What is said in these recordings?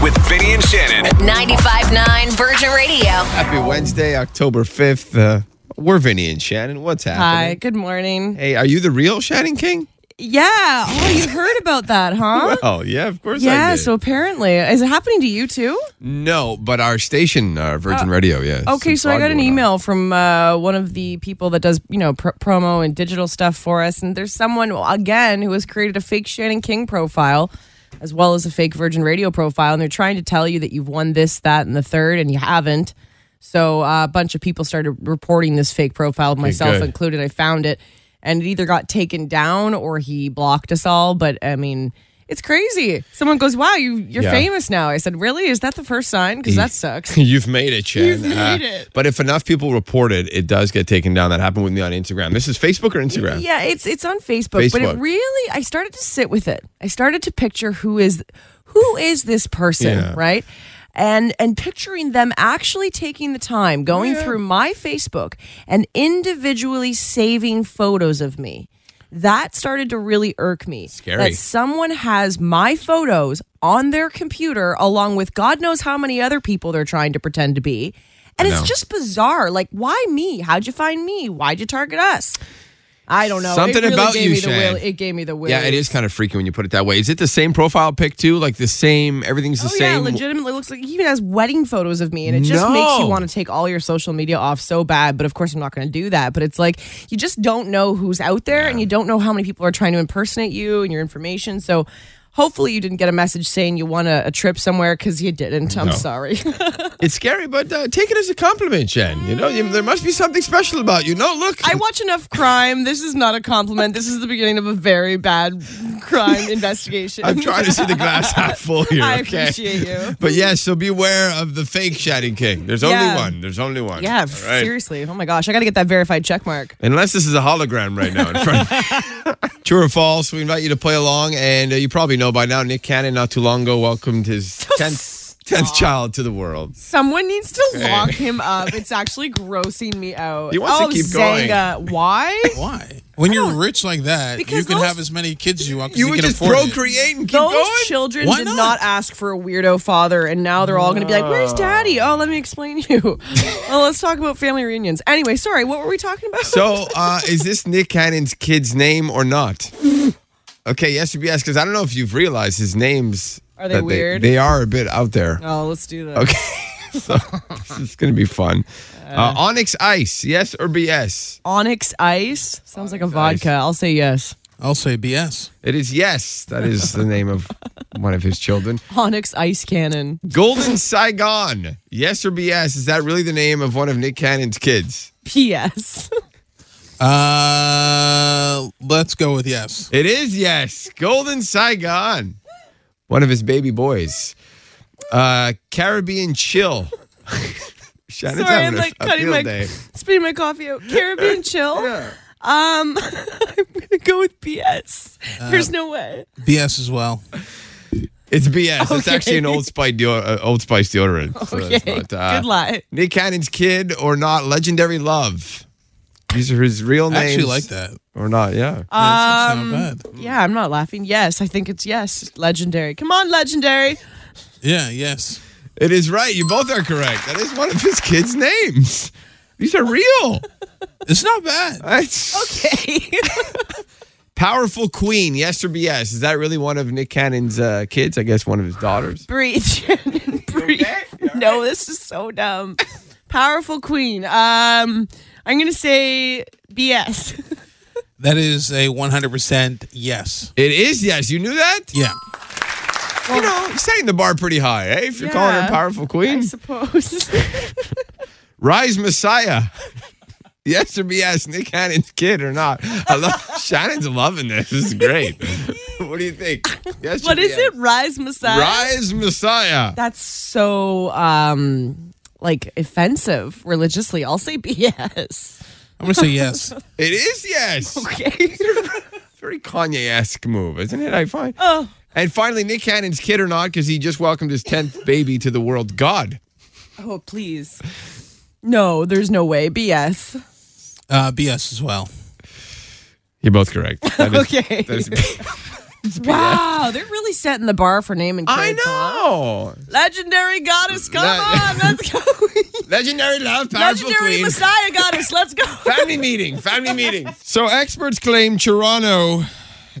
with Vinny and Shannon. 95.9 Virgin Radio. Happy Wednesday, October 5th. Uh, we're Vinny and Shannon. What's Hi, happening? good morning. Hey, are you the real Shannon King? Yeah. Oh, you heard about that, huh? Oh, yeah, of course I yeah, did. so apparently, is it happening to you too? no, but our station, uh, Virgin Radio, yeah. some Okay, so I fraud got an going on. email from uh, one of the people that does, you know, pr- promo and digital stuff for us. And there's someone, again, who has created a fake Shannon King profile as well as a fake Virgin Radio profile. And they're trying to tell you that you've won this, that, and the third, and you haven't. So uh, a bunch of people started reporting this fake profile, myself good. included. I found it. And it either got taken down or he blocked us all. But I mean, it's crazy. Someone goes, "Wow, you, you're Yeah. famous now." I said, "Really? Is that the first sign? Because that sucks." You've made it, Shannon. Uh, You've made it. But if enough people report it, it does get taken down. That happened with me on Instagram. This is Facebook or Instagram? Yeah, it's it's on Facebook, but it Facebook. really I started to sit with it. I started to picture who is who is this person, Yeah. right? And and picturing them actually taking the time going through my Facebook and individually saving photos of me. That started to really irk me. Scary. That someone has my photos on their computer along with God knows how many other people they're trying to pretend to be. And know. it's just bizarre. Like, why me? How'd you find me? Why'd you target us? I don't know. Something it really about gave you, me the Shan. will- It gave me the will. Yeah, it is kind of freaky when you put it that way. Is it the same profile pic too? Like the same, everything's the Oh yeah, same. legitimately looks like he even has wedding photos of me, and it just No. makes you want to take all your social media off so bad. But of course, I'm not going to do that. But it's like you just don't know who's out there, and you don't know how many people are trying to impersonate you and your information. So. Hopefully you didn't get a message saying you won a, a trip somewhere because you didn't. I'm sorry. It's scary, but uh, take it as a compliment, Shen. You know, you, there must be something special about you. No, look. I watch enough crime. This is not a compliment. This is the beginning of a very bad crime investigation. I'm trying to see the glass half full here. I okay? appreciate you. But yes, so beware of the fake Shannon King. There's only Yeah. one. There's only one. Yeah, All right. seriously. Oh my gosh, I got to get that verified check mark. Unless this is a hologram right now in front of True or false, we invite you to play along. And uh, you probably know by now, Nick Cannon, not too long ago, welcomed his 10th, 10th child to the world. Someone needs to Okay. lock him up. It's actually grossing me out. He wants to oh, keep going. Zanga. Why? Why? When you're rich like that, you Because can those- have as many kids as you want. 'cause You you would can just afford it. procreate and keep Those going? children Why did not? not? ask for a weirdo father, and now they're all going to be like, "Where's Daddy?" Ah. Oh, let me explain to you. well, let's talk about family reunions. Anyway, sorry, what were we talking about? So, uh, is this Nick Cannon's kid's name or not? Okay, yes or yes, because I don't know if you've realized his names. Are they that weird? They, are a bit out there. oh, let's do that. Okay, so this is going to be fun. Uh, Onyx Ice, yes or BS? Onyx Ice sounds like a vodka. I'll say yes. I'll say BS. It is yes. That is the name of one of his children. Onyx Ice Cannon. Golden Saigon, yes or BS? Is that really the name of one of Nick Cannon's kids? P.S. Uh, let's go with yes. It is yes. Golden Saigon, one of his baby boys. Uh, Caribbean Chill. Shannon's Sorry, having I'm a- like a cutting field my day. spitting my coffee out. Caribbean chill. Um, I'm gonna go with BS. Uh, There's no way. BS as well. It's BS. It's actually an Okay. Old Spice, deodor- uh, Old Spice deodorant. So that's Okay, not, uh, good lie. Nick Cannon's kid or not? Legendary Love. These are his real I names. actually like that. Or not? Yeah. Yeah, Um, it's- it's not bad. Yeah, I'm not laughing. Yes, I think it's yes. Legendary. Come on, legendary. Yeah, yes. It is right. You both are correct. That is one of his kids' names. These are real. It's not bad. That's- Okay. Powerful Queen, yes or BS? Is that really one of Nick Cannon's uh, kids? I guess one of his daughters. breathe, Shannon. Breathe. No, this is so dumb. Powerful queen. Um, I'm gonna say BS. That is a 100% yes. It is yes. You knew that? Yeah. You know, setting the bar pretty high, eh? If you're calling her Yeah. Powerful I Queen. suppose. Rise Messiah. yes or BS? Nick Cannon's kid or not? I love Shannon's loving this. This is great. what do you think? Yes or what is BS? it? Rise Messiah. Rise Messiah. That's so um like offensive religiously. I'll say BS. I'm going to say yes. It is yes. Okay. Very Kanye esque move, isn't it? I find. oh. And finally, Nick Cannon's kid or not, because he just welcomed his 10th baby to the world. God. Oh, please. No, there's no way. BS. Uh, BS as well. You're both correct. That is- Okay. that is- Wow, they're really setting the bar for name and I credits. huh? know. Legendary goddess, come That- on, let's go. Legendary love, powerful Legendary queen. messiah goddess, let's go. Family meeting. Family meeting. So experts claim Toronto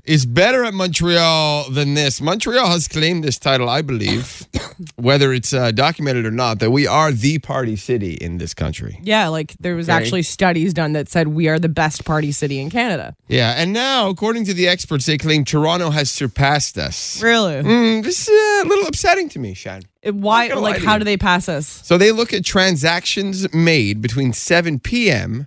is better at Montreal than this. Montreal has claimed this title, I believe, whether it's uh, documented or not, that we are the party city in this country. Yeah, like there was Okay. actually studies done that said we are the best party city in Canada. Yeah, and now, according to the experts, they claim Toronto has surpassed us. Really? Mm, this is a little upsetting to me, Sean. Not Why? gonna lie Like, to how you. do they pass us? So they look at transactions made between 7 p.m.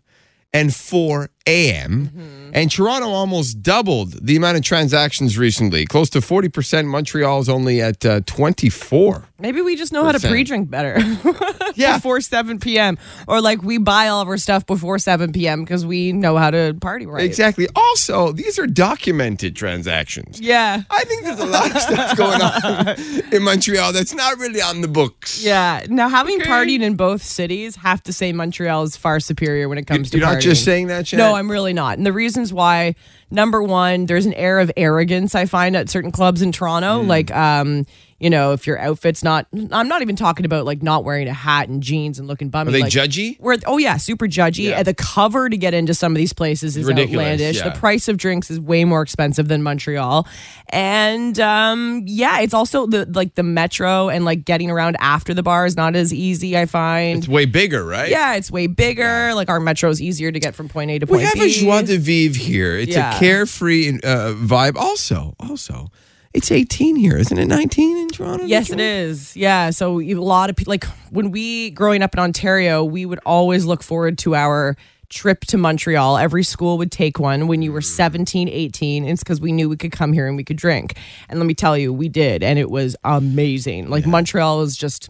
and 4 a.m. Mm-hmm. And Toronto almost doubled the amount of transactions recently, close to 40%. Montreal's only at uh, 24. Maybe we just know how to Percent. pre-drink better. Yeah. Before 7 p.m. Or like we buy all of our stuff before 7 p.m. because we know how to party right. Exactly. Also, these are documented transactions. Yeah. I think there's a lot of stuff going on in Montreal that's not really on the books. Yeah. Now, having partied in both cities, have to say Montreal is far superior when it comes to You're not partying. just saying that, Shan? No, I'm really not. And the reasons why, number one, there's an air of arrogance I find at certain clubs in Hmm. Toronto. Like, um, you know, if your outfit's not, I'm not even talking about like not wearing a hat and jeans and looking bummy. Are they like, judgy? Where, oh yeah, super judgy. Yeah. And the cover to get into some of these places is Ridiculous, outlandish. yeah. The price of drinks is way more expensive than Montreal, and um, yeah, it's also the like the metro and like getting around after the bar is not as easy. I find It's way bigger, right? yeah, it's way bigger. Like our metro's easier to get from point A to point We have B. a joie de vivre here. It's a Yeah. carefree uh, vibe. Also, also, it's 18 here, isn't it? 19 in Toronto. Yes, it is. Yeah. So a lot of people, like when we growing up in Ontario, we would always look forward to our trip to Montreal. Every school would take one when you were 17, 18. It's because we knew we could come here and we could drink. And let me tell you, we did. And it was amazing. Like Montreal is just.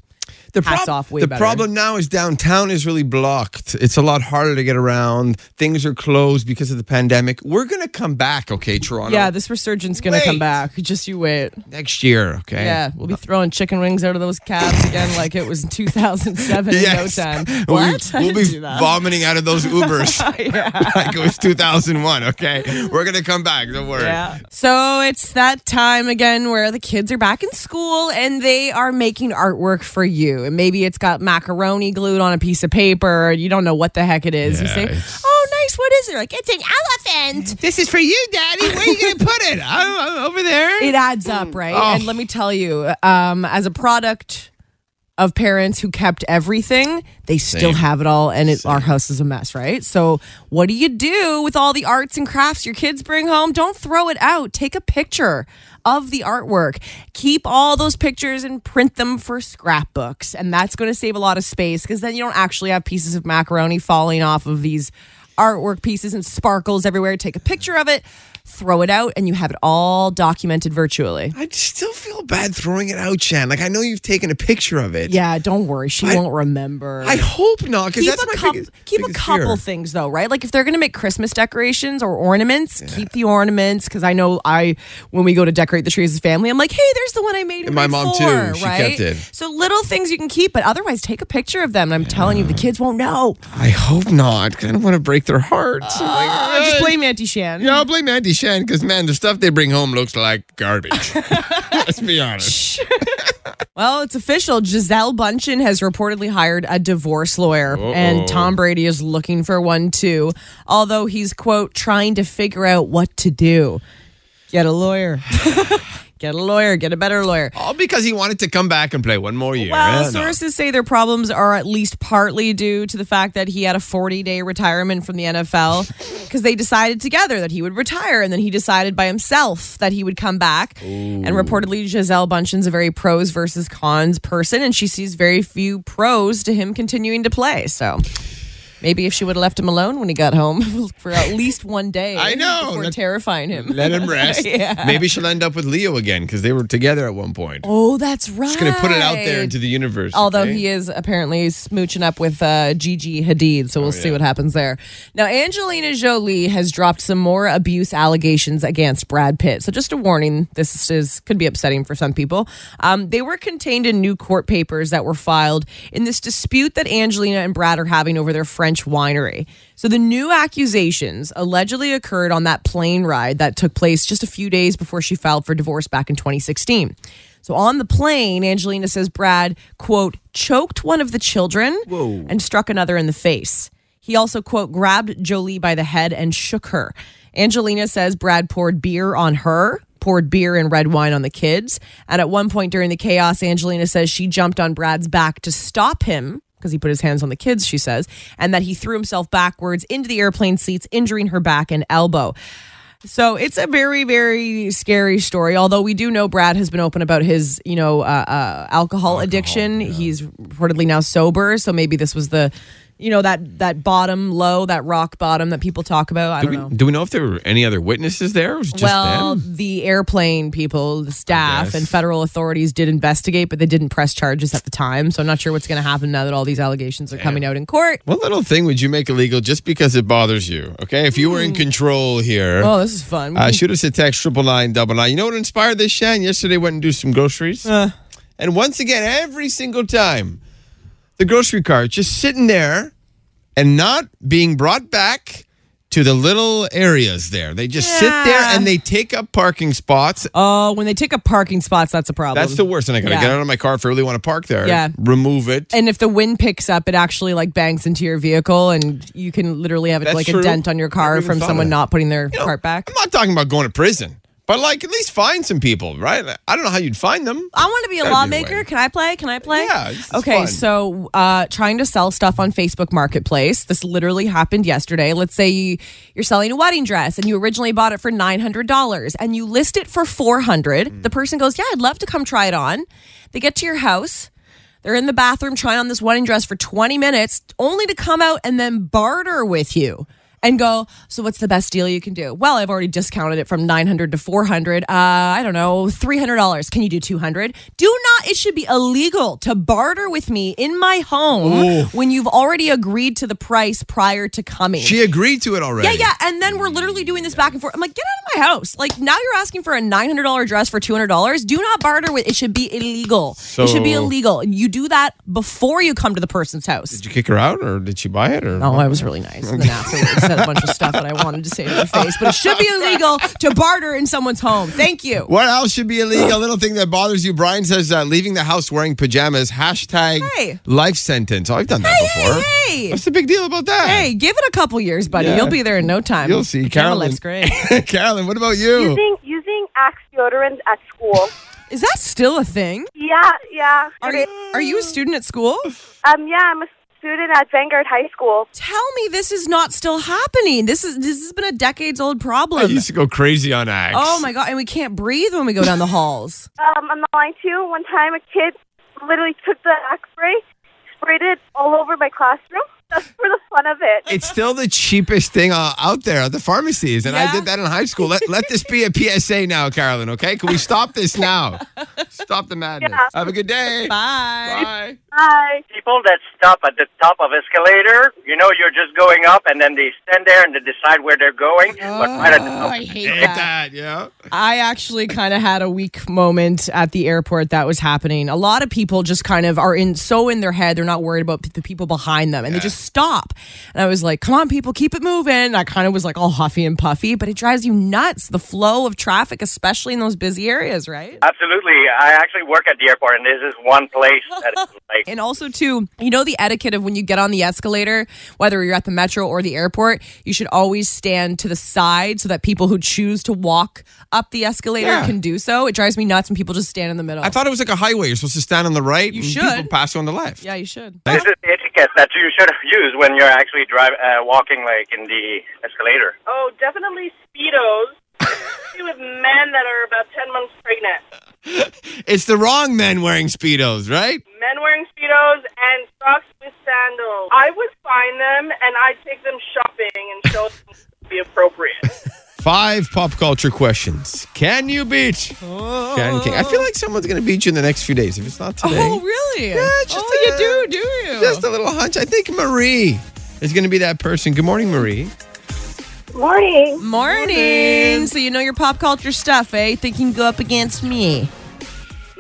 The, Hats off, way the better. problem now is downtown is really blocked. It's a lot harder to get around. Things are closed because of the pandemic. We're gonna come back, okay, Toronto? Yeah, this resurgence gonna Wait. come back. Just you wait. next year, okay? Yeah, we'll be throwing chicken wings out of those cabs again, like it was 2007 Yes. in no time. We'll be- What? I We'll didn't be do that. vomiting out of those Ubers like it was 2001, okay? We're going to come back. Don't worry. So it's that time again where the kids are back in school and they are making artwork for you. And maybe it's got macaroni glued on a piece of paper. You don't know what the heck it is. you Yeah, say, it's- Oh, nice. What is it? Like, it's an elephant. This is for you, Daddy. Where are you going to put it? I'm, I'm over there. It adds up, right? Oh. And let me tell you, um, as a product of parents who kept everything, they still Same. have it all, and it, our house is a mess, right? So, what do you do with all the arts and crafts your kids bring home? Don't throw it out. Take a picture of the artwork. Keep all those pictures and print them for scrapbooks, and that's going to save a lot of space because then you don't actually have pieces of macaroni falling off of these artwork pieces and sparkles everywhere. Take a picture of it. Throw it out, and you have it all documented virtually. I still feel bad throwing it out, Shan. Like I know you've taken a picture of it. Yeah, don't worry. She I- won't remember. I hope not, because keep that's a, my coup- biggest, keep a biggest couple fear. things though, right? Like if they're going to make Christmas decorations or ornaments, keep the ornaments because I know I when we go to decorate the tree as a family, I'm like, hey, there's the one I made. In And my grade mom, too. four, She right? kept it. So little things you can keep, but otherwise take a picture of them. And I'm telling you, the kids won't know. I hope not. 'cause I don't want to break their hearts. I'm like, Uh, "Eh." just blame Auntie Shan. Yeah, I'll blame Auntie Shan because man, the stuff they bring home looks like garbage. Let's be honest. Well, it's official. Giselle Bundchen has reportedly hired a divorce lawyer, and Tom Brady is looking for one too. Although he's quote trying to figure out what to do. Get a lawyer. get a lawyer. Get a better lawyer. All because he wanted to come back and play one more year. Well, Eh, no. sources say their problems are at least partly due to the fact that he had a 40 day retirement from the NFL because they decided together that he would retire. And then he decided by himself that he would come back. And reportedly, Giselle Bundchen's a very pros versus cons person, and she sees very few pros to him continuing to play. So. Maybe if she would have left him alone when he got home for at least one day, I know, before that- terrifying him. Let him rest. Yeah. Maybe she'll end up with Leo again because they were together at one point. oh, that's right. Just gonna put it out there into the universe. Although okay? he is apparently smooching up with uh, Gigi Hadid, so we'll see Oh, yeah. what happens there. Now, Angelina Jolie has dropped some more abuse allegations against Brad Pitt. So, just a warning: this is could be upsetting for some people. Um, they were contained in new court papers that were filed in this dispute that Angelina and Brad are having over their friendship French winery. So the new accusations allegedly occurred on that plane ride that took place just a few days before she filed for divorce back in 2016. So on the plane, Angelina says Brad, quote, choked one of the children and struck another in the face. He also, quote, grabbed Jolie by the head and shook her. Angelina says Brad poured beer on her, poured beer and red wine on the kids. And at one point during the chaos, Angelina says she jumped on Brad's back to stop him because he put his hands on the kids, she says, and that he threw himself backwards into the airplane seats, injuring her back and elbow. So it's a very, very scary story. Although we do know Brad has been open about his, you know, uh, uh, alcohol, addiction. He's reportedly now sober, so maybe this was the, you know, that that bottom low, that rock bottom that people talk about. I Do don't we, know. do we know if there were any other witnesses there? Or was it just well, them? the airplane people, the staff, guess. and federal authorities did investigate, but they didn't press charges at the time. So I'm not sure what's going to happen now that all these allegations are coming out in court. What little thing would you make illegal just because it bothers you? Okay, if you were in control here. Hmm. Oh, this is fun. Uh, shoot us a text triple nine double nine. You know what inspired this, Shan? Yesterday went and do some groceries, Uh. and once again, every single time, the grocery cart just sitting there and not being brought back to the little areas there. They just sit there Yeah. and they take up parking spots. oh, when they take up parking spots, that's a problem. That's the worst, and I gotta Oh. Yeah. get out of my car if I really want to park there. Yeah. remove it. and if the wind picks up, it actually like bangs into your vehicle, and you can literally have That's like true. a dent on your Never car even from thought of someone that. not putting their know, cart back. I'm not talking about going to prison, but like at least find some people, right? I don't know how you'd find them. I want to be a Gotta be a lawmaker. way. Can I play? Can I play? Yeah, this is Okay, fun. so uh, trying to sell stuff on Facebook Marketplace. This literally happened yesterday. Let's say you, you're selling a wedding dress and you originally bought it for nine hundred dollars and you list it for four hundred. Mm. dollars The person goes, "Yeah, I'd love to come try it on." They get to your house. They're in the bathroom trying on this wedding dress for 20 minutes, only to come out and then barter with you and go, So, what's the best deal you can do? Well, I've already discounted it from 900 to 400. Uh, I don't know, $300. Can you do 200? Do not, it should be illegal to barter with me in my home when you've already agreed to the price prior to coming. She agreed to it already. yeah, yeah, and then we're literally doing this back and forth. I'm like, get out of my house! Like now, you're asking for a $900 dress for $200. Do not barter with. It should be illegal. it should be So- illegal. You do that before you come to the person's house. Did you kick her out, or did she buy it? Or Oh, I was really nice. And then afterwards, said a bunch of stuff that I wanted to say to your face. But it should be illegal to barter in someone's home. Thank you. What else should be illegal? A little thing that bothers you. Brian says uh, leaving the house wearing pajamas. Hashtag Hey. life sentence. Oh, I've done that before. hey, hey. What's the big deal about that? Hey, give it a couple years, buddy. Yeah. You'll be there in no time. You'll see. Camera Carolyn. life's great. Carolyn, what about you? Using using axe deodorant at school. Is that still a thing? yeah, yeah. Are it you, is. are you a student at school? Um, yeah, I'm a student at Vanguard High School. Tell me this is not still happening. This is this has been a decades old I problem. used to go crazy on Axe. Oh my god, and we can't breathe when we go down the halls. Um, I'm not lying to you. One time, a kid literally took the axe spray, sprayed it all over my classroom just for the fun of it. It's still the cheapest thing uh, out there at the pharmacies, and I Yeah. did that in high school. Let, let this be a PSA now, Carolyn. Okay, can we stop this now? Stop the madness. Yeah. Have a good day. Bye. Bye. Hi. people that stop at the top of escalator, you know, you're just going up, and then they stand there and they decide where they're going. but right at the top, Oh, I hate Hate that. Yeah. I actually kind of had a weak moment at the airport that was happening. A lot of people just kind of are in so in their head, they're not worried about the people behind them and they just stop. And I was like, come on, people, keep it moving. And I kind of was like all huffy and puffy, but it drives you nuts. The flow of traffic, especially in those busy areas, right? absolutely. I actually work at the airport, and this is one place that is like And also, too, you know the etiquette of when you get on the escalator, whether you're at the metro or the airport, you should always stand to the side so that people who choose to walk up the escalator Yeah. can do so. It drives me nuts when people just stand in the middle. I thought it was like a highway. You're supposed to stand on the right. You and People should. pass you on the left. yeah, you should. this is the etiquette that you should use when you're actually drive, uh, walking like in the escalator. Oh, definitely speedos. Especially with men that are about ten months pregnant. It's the wrong men wearing speedos, right? Men wearing speedos and socks with sandals. I would find them and I'd take them shopping and show them to be appropriate. Five pop culture questions. Can you beat Shannon King? I feel like someone's going to beat you in the next few days. If it's not today, Oh, really? Yeah, it's just oh, a- you do, do you? just a little hunch. I think Marie is going to be that person. Good morning, Marie. Morning. Morning. So you know your pop culture stuff, eh? Think you can go up against me?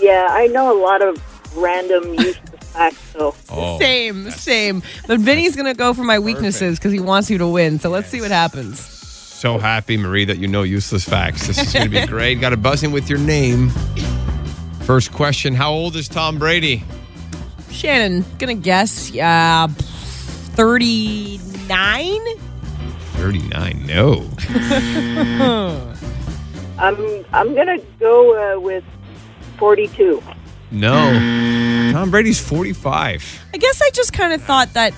Yeah, I know a lot of random useless back, so. Oh. Same, same. But Vinny's going to go for my weaknesses because he wants you to win. So let's see what happens. So happy, Marie, that you know useless facts. This is going to be great. Got to buzz in with your name. First question How old is Tom Brady? Shannon, going to guess uh, 39? 39. No. Hmm. I'm, I'm going to go uh, with 42. No. Tom Brady's 45. I guess I just kind of thought that,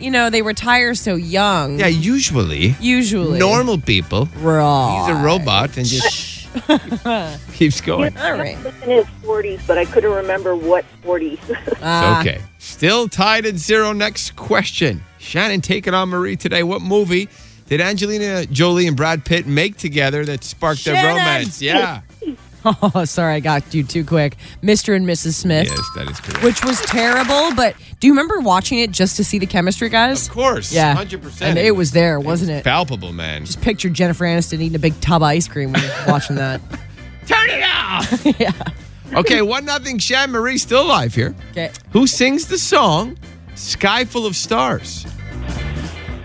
you know, they retire so young. Yeah, usually. Usually. Normal people. Raw. He's a robot and just keeps going. All right. In his 40s, but I couldn't remember what 40s. Ah. okay. Still tied at zero. Next question. Shannon taking on Marie today. What movie did Angelina Jolie and Brad Pitt make together that sparked their Shannon! romance? Yeah. Oh, sorry, I got you too quick. Mr. and Mrs. Smith. yes, that is correct. Which was terrible, but do you remember watching it just to see the chemistry, guys? Of course. Yeah. 100%. And it was there, wasn't it? Palpable, man. Just picture Jennifer Aniston eating a big tub of ice cream when you're watching that. turn it off. Yeah. Okay, one nothing. Shan Marie still alive here. Okay. Who sings the song "Sky Full of Stars"?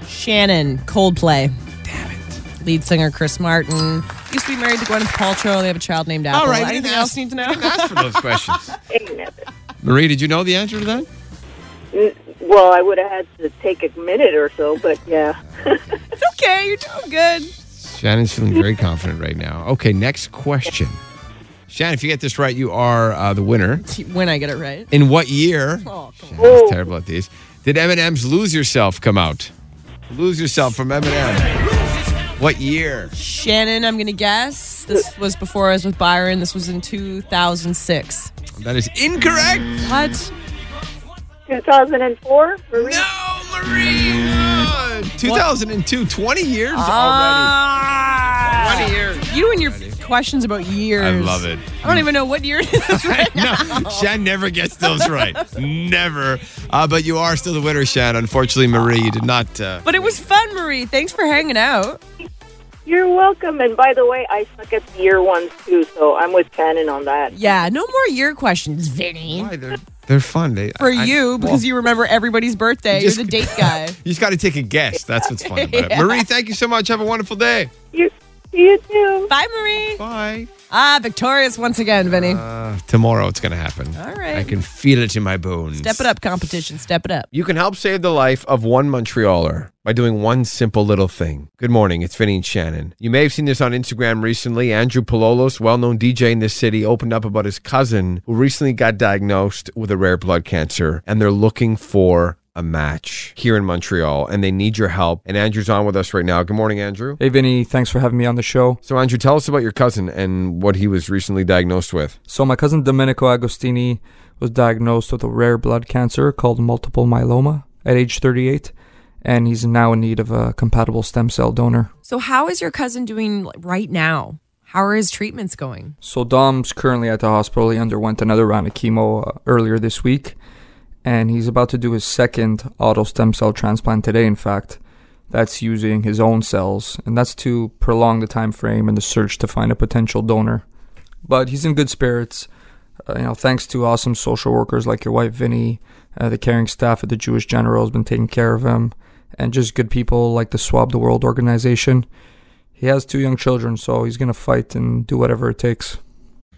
Shannon, Coldplay. Damn it. Lead singer Chris Martin. Used to be married to Gwyneth Paltrow. They have a child named Apple. All right, we didn't Oh, Anything ask- else you need to know? Ask for those questions. Marie, did you know the answer to that? well, I would have had to take a minute or so, but yeah. okay, you're doing good. Shannon's feeling very confident right now. Okay, next question. Shannon, if you get this right, you are uh, the winner. When I get it right. In what year? Oh, come on. Shannon's terrible at these. Did Eminem's "Lose Yourself" come out? Lose Yourself from Eminem. What year? Shannon, I'm going to guess. This was before I was with Byron. This was in 2006. That is incorrect. What? 2004? Marie? No, Marie. Uh, 2002, 20 years already. Ah. 20 years. You and your questions about years. I love it. I don't even know what year it is right now. No, Shan never gets those right. never. Uh, but you are still the winner, Shan. Unfortunately, Marie, you did not. Uh, But it was fun, Marie. Thanks for hanging out. You're welcome. And by the way, I suck at the year ones too, so I'm with Shannon on that. Yeah, no more year questions, Vinny. why? They're, they're fun. They, For I- I- you, because you remember everybody's birthday. Just- You're the date guy. You just got to take a guess. That's what's fun about it. Marie, thank you so much. Have a wonderful day. You, you too. Bye, Marie. Bye. Ah, victorious once again, Vinny. Uh, tomorrow it's going to happen. All right. I can feel it in my bones. step it up, competition. Step it up. You can help save the life of one Montrealer by doing one simple little thing. Good morning, it's Vinny and Shannon. You may have seen this on Instagram recently. Andrew Pololos, well known DJ in this city, opened up about his cousin who recently got diagnosed with a rare blood cancer, and they're looking for a match here in Montreal, and they need your help. And Andrew's on with us right now. Good morning, Andrew. Hey, Vinny, thanks for having me on the show. So, Andrew, tell us about your cousin and what he was recently diagnosed with. So, my cousin Domenico Agostini was diagnosed with a rare blood cancer called multiple myeloma at age 38, and he's now in need of a compatible stem cell donor. So, how is your cousin doing like, right now? How are his treatments going? So, Dom's currently at the hospital. He underwent another round of chemo uh, earlier this week, and he's about to do his second auto stem cell transplant today, in fact. That's using his own cells, and that's to prolong the time frame in the search to find a potential donor. But he's in good spirits. Uh, you know, thanks to awesome social workers like your wife Vinny, uh, the caring staff at the Jewish General has been taking care of him, and just good people like the Swab the World organization. He has two young children, so he's gonna fight and do whatever it takes.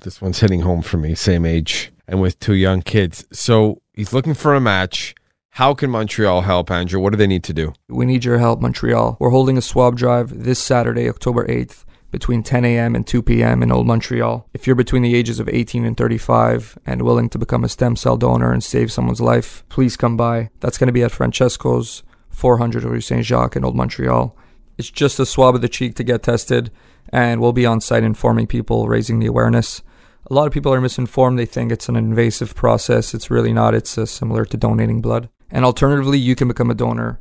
This one's hitting home for me, same age, and with two young kids. So he's looking for a match. How can Montreal help, Andrew? What do they need to do? We need your help, Montreal. We're holding a swab drive this Saturday, October 8th, between 10 a.m. and 2 p.m. in Old Montreal. If you're between the ages of 18 and 35 and willing to become a stem cell donor and save someone's life, please come by. That's going to be at Francesco's 400 Rue Saint Jacques in Old Montreal. It's just a swab of the cheek to get tested, and we'll be on site informing people, raising the awareness. A lot of people are misinformed. They think it's an invasive process. It's really not. It's uh, similar to donating blood. And alternatively, you can become a donor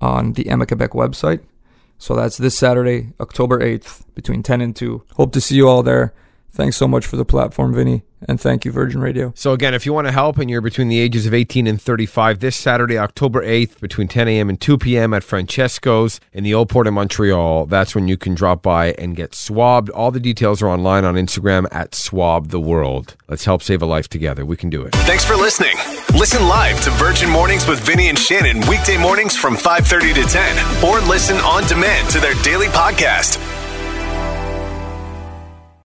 on the Emma Quebec website. So that's this Saturday, October 8th, between 10 and 2. Hope to see you all there. Thanks so much for the platform, Vinny, and thank you, Virgin Radio. So again, if you want to help and you're between the ages of 18 and 35, this Saturday, October 8th, between 10 a.m. and 2 p.m. at Francesco's in the Old Port of Montreal, that's when you can drop by and get swabbed. All the details are online on Instagram at Swab the World. Let's help save a life together. We can do it. Thanks for listening. Listen live to Virgin Mornings with Vinny and Shannon weekday mornings from 5:30 to 10 or listen on demand to their daily podcast